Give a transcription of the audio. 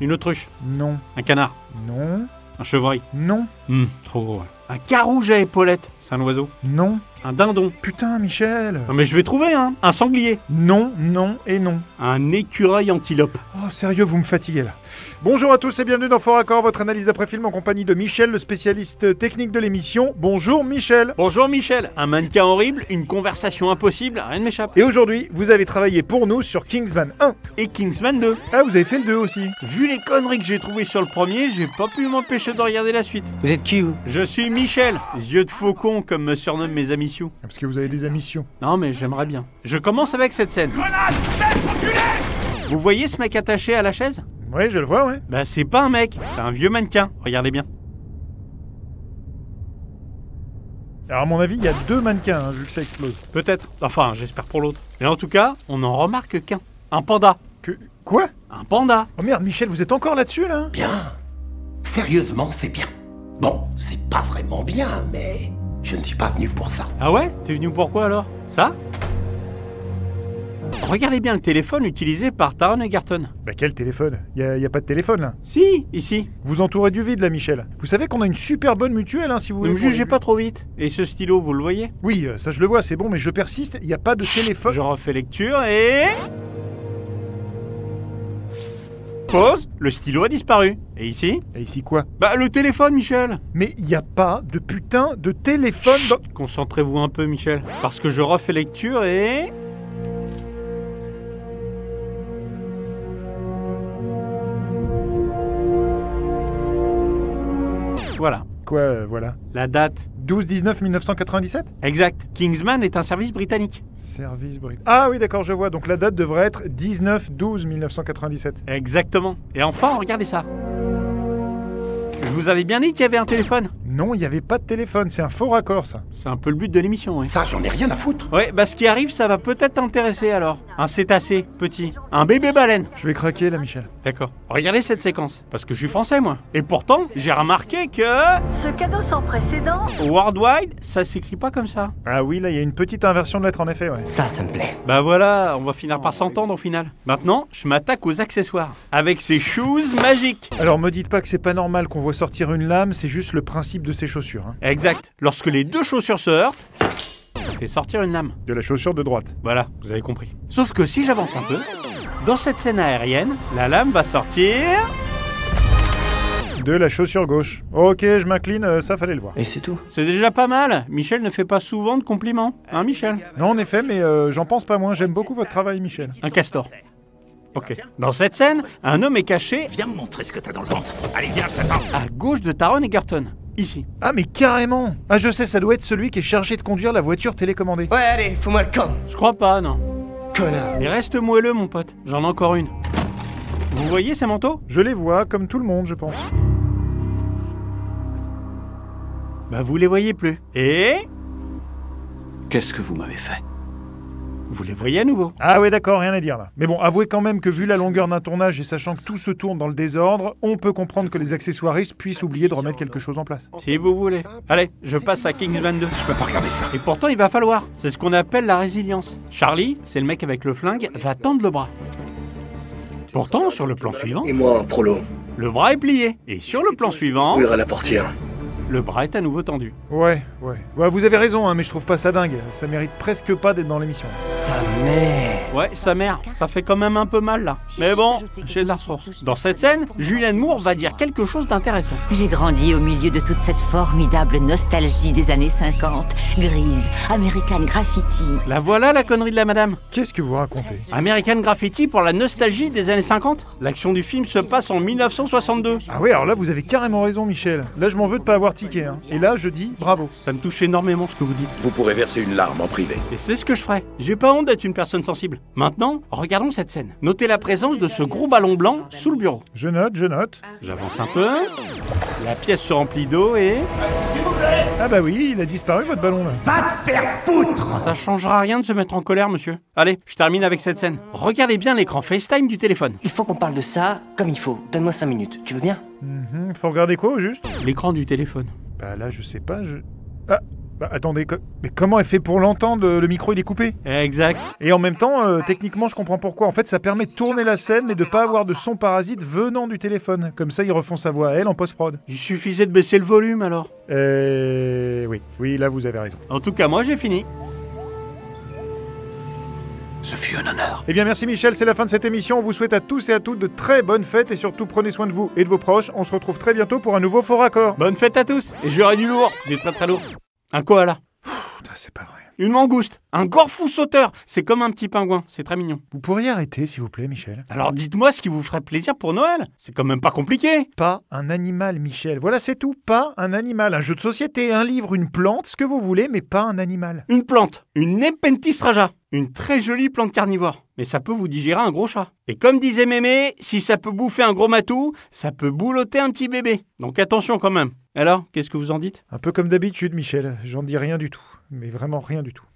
Une autruche Non. Un canard Non. Un chevreuil Non. Hum, trop gros. ouais. Un carouge à épaulettes C'est un oiseau Non. Un dindon Putain, Michel Non mais je vais trouver, hein Un sanglier Non, non et non. Un écureuil antilope Oh, sérieux, vous me fatiguez là. Bonjour à tous et bienvenue dans Fort Accord, votre analyse d'après-film en compagnie de Michel, le spécialiste technique de l'émission. Bonjour Michel Bonjour Michel Un mannequin horrible, une conversation impossible, rien ne m'échappe. Et aujourd'hui, vous avez travaillé pour nous sur Kingsman 1. Et Kingsman 2 Ah, vous avez fait le 2 aussi Vu les conneries que j'ai trouvées sur le premier, j'ai pas pu m'empêcher de regarder la suite. Vous êtes qui, vous Je suis Michel, yeux de faucon comme me surnomment mes amis sioux. Ah, Parce que vous avez des ambitions. Non mais j'aimerais bien. Je commence avec cette scène. Vous voyez ce mec attaché à la chaise Ouais, je le vois, ouais. Bah c'est pas un mec, c'est un vieux mannequin, regardez bien. Alors, à mon avis, il y a deux mannequins, hein, vu que ça explose. Peut-être, enfin j'espère pour l'autre. Mais en tout cas, on n'en remarque qu'un. Un panda. Que. Quoi Un panda Oh merde, Michel, vous êtes encore là-dessus là Bien. Sérieusement, c'est bien. Bon, c'est pas vraiment bien, mais je ne suis pas venu pour ça. Ah ouais T'es venu pourquoi alors Ça Regardez bien le téléphone utilisé par Taron Egerton. Bah, quel téléphone Il y, a pas de téléphone là. Si, ici. Vous entourez du vide là, Michel. Vous savez qu'on a une super bonne mutuelle, hein, si vous Ne voulez. me pour les- jugez pas trop vite. Et ce stylo, vous le voyez Oui, euh, ça je le vois, c'est bon, mais je persiste, il n'y a pas de téléphone. Je refais lecture et... Pause, le stylo a disparu. Et ici Et ici quoi Bah le téléphone, Michel Mais il n'y a pas de putain de téléphone Chut, dans. Concentrez-vous un peu, Michel. Parce que je refais lecture et... Voilà, Quoi, euh, voilà la date 12-19-1997 exacte. Kingsman est un service britannique. Service Brit. Ah oui, d'accord, je vois. Donc la date devrait être 19-12-1997. Exactement. Et enfin, regardez ça. Je vous avais bien dit qu'il y avait un téléphone. Non, il n'y avait pas de téléphone, c'est un faux raccord ça. C'est un peu le but de l'émission, oui. Ça, j'en ai rien à foutre. Ouais, bah ce qui arrive, ça va peut-être t'intéresser alors. Un cétacé, petit. Un bébé baleine. Je vais craquer là, Michel. D'accord. Regardez cette séquence. Parce que je suis français, moi. Et pourtant, j'ai remarqué que. Ce cadeau sans précédent Worldwide, ça s'écrit pas comme ça. Ah oui, là, il y a une petite inversion de lettre en effet, ouais. Ça, ça me plaît. Bah voilà, on va finir par s'entendre au final. Maintenant, je m'attaque aux accessoires. Avec ces shoes magiques. Alors me dites pas que c'est pas normal qu'on voit sortir une lame, c'est juste le principe de ces chaussures. hein. Exact. Lorsque les deux chaussures se heurtent, ça fait sortir une lame. De la chaussure de droite. Voilà, vous avez compris. Sauf que si j'avance un peu, dans cette scène aérienne, la lame va sortir. De la chaussure gauche. Ok, je m'incline, euh, ça fallait le voir. Et c'est tout. C'est déjà pas mal. Michel ne fait pas souvent de compliments. Hein, Michel Non, en effet, mais euh, j'en pense pas moins. J'aime beaucoup votre travail, Michel. Un castor. Ok. Dans cette scène, un homme est caché Eh ben, Viens me montrer ce que t'as dans le ventre. Allez, viens, je t'attends. à gauche de Taron Egerton. Ici. Ah, mais carrément Ah, je sais, ça doit être celui qui est chargé de conduire la voiture télécommandée. Ouais, allez, fous-moi le camp, Je crois pas, non. connard. Il reste moelleux, mon pote. J'en ai encore une. Vous voyez ces manteaux Je les vois, comme tout le monde, je pense. Bah, vous les voyez plus. Et. Qu'est-ce que vous m'avez fait Vous les voyez à nouveau. Ah ouais, d'accord, rien à dire là. Mais bon, avouez quand même que vu la longueur d'un tournage et sachant que tout se tourne dans le désordre, on peut comprendre que les accessoiristes puissent oublier de remettre quelque chose en place. Si vous voulez. Allez, je passe à Kingsman 2. Je peux pas regarder ça. Et pourtant, il va falloir. C'est ce qu'on appelle la résilience. Charlie, c'est le mec avec le flingue, va tendre le bras. Pourtant, sur le plan suivant, Et moi, un prolo, le bras est plié. Et sur le plan suivant, ouvrir à la portière. le bras est à nouveau tendu. Ouais, ouais. Ouais, vous avez raison, hein, mais je trouve pas ça dingue. Ça mérite presque pas d'être dans l'émission. Sa mère Ouais, sa mère, ça fait quand même un peu mal là. Mais bon, j'ai de la ressource. Dans cette scène, Julianne Moore va dire quelque chose d'intéressant. J'ai grandi au milieu de toute cette formidable nostalgie des années 50, grise, américaine graffiti. La voilà la connerie de la madame. Qu'est-ce que vous racontez American Graffiti pour la nostalgie des années 50 L'action du film se passe en 1962. Ah ouais, alors là, vous avez carrément raison, Michel. Là, je m'en veux de pas avoir tiqué. hein. Et là, je dis bravo. Ça me touche énormément ce que vous dites. Vous pourrez verser une larme en privé. Et c'est ce que je ferai. J'ai pas honte d'être une personne sensible. Maintenant, regardons cette scène. Notez la présence de ce gros ballon blanc sous le bureau. Je note, je note. J'avance un peu. La pièce se remplit d'eau et... Ah bah oui, il a disparu votre ballon là. Ah, Ça changera rien de se mettre en colère, monsieur. Allez, je termine avec cette scène. Regardez bien l'écran FaceTime du téléphone. Il faut qu'on parle de ça comme il faut. Donne-moi 5 minutes, tu veux bien Mhm, faut Hmm, regarder quoi au juste L'écran du téléphone. Bah là, je sais pas, je... Ah Bah attendez, co- mais comment elle fait pour l'entendre euh, Le micro il est coupé. Exact. Et en même temps, euh, techniquement, je comprends pourquoi. En fait, ça permet de tourner la scène mais de pas avoir de son parasite venant du téléphone. Comme ça, ils refont sa voix à elle en post-prod. Il suffisait de baisser le volume alors. Euh. Oui, oui, là vous avez raison. En tout cas, moi j'ai fini. Ce fut un honneur. Eh bien, merci Michel, c'est la fin de cette émission. On vous souhaite à tous et à toutes de très bonnes fêtes et surtout prenez soin de vous et de vos proches. On se retrouve très bientôt pour un nouveau faux raccord. Bonne fête à tous. Et j'aurai du lourd, du très très lourd. Un koala, Putain, c'est pas vrai. une mangouste, un gorfou sauteur. C'est comme un petit pingouin, c'est très mignon. Vous pourriez arrêter, s'il vous plaît, Michel Alors dites-moi ce qui vous ferait plaisir pour Noël. C'est quand même pas compliqué. Pas un animal, Michel. Voilà, c'est tout. Pas un animal. Un jeu de société, un livre, une plante, ce que vous voulez, mais pas un animal. Une plante, une Epentis raja, une très jolie plante carnivore. Mais ça peut vous digérer un gros chat. Et comme disait Mémé, si ça peut bouffer un gros matou, ça peut boulotter un petit bébé. Donc attention quand même. Alors, qu'est-ce que vous en dites Un peu comme d'habitude, Michel. J'en dis rien du tout. Mais vraiment rien du tout.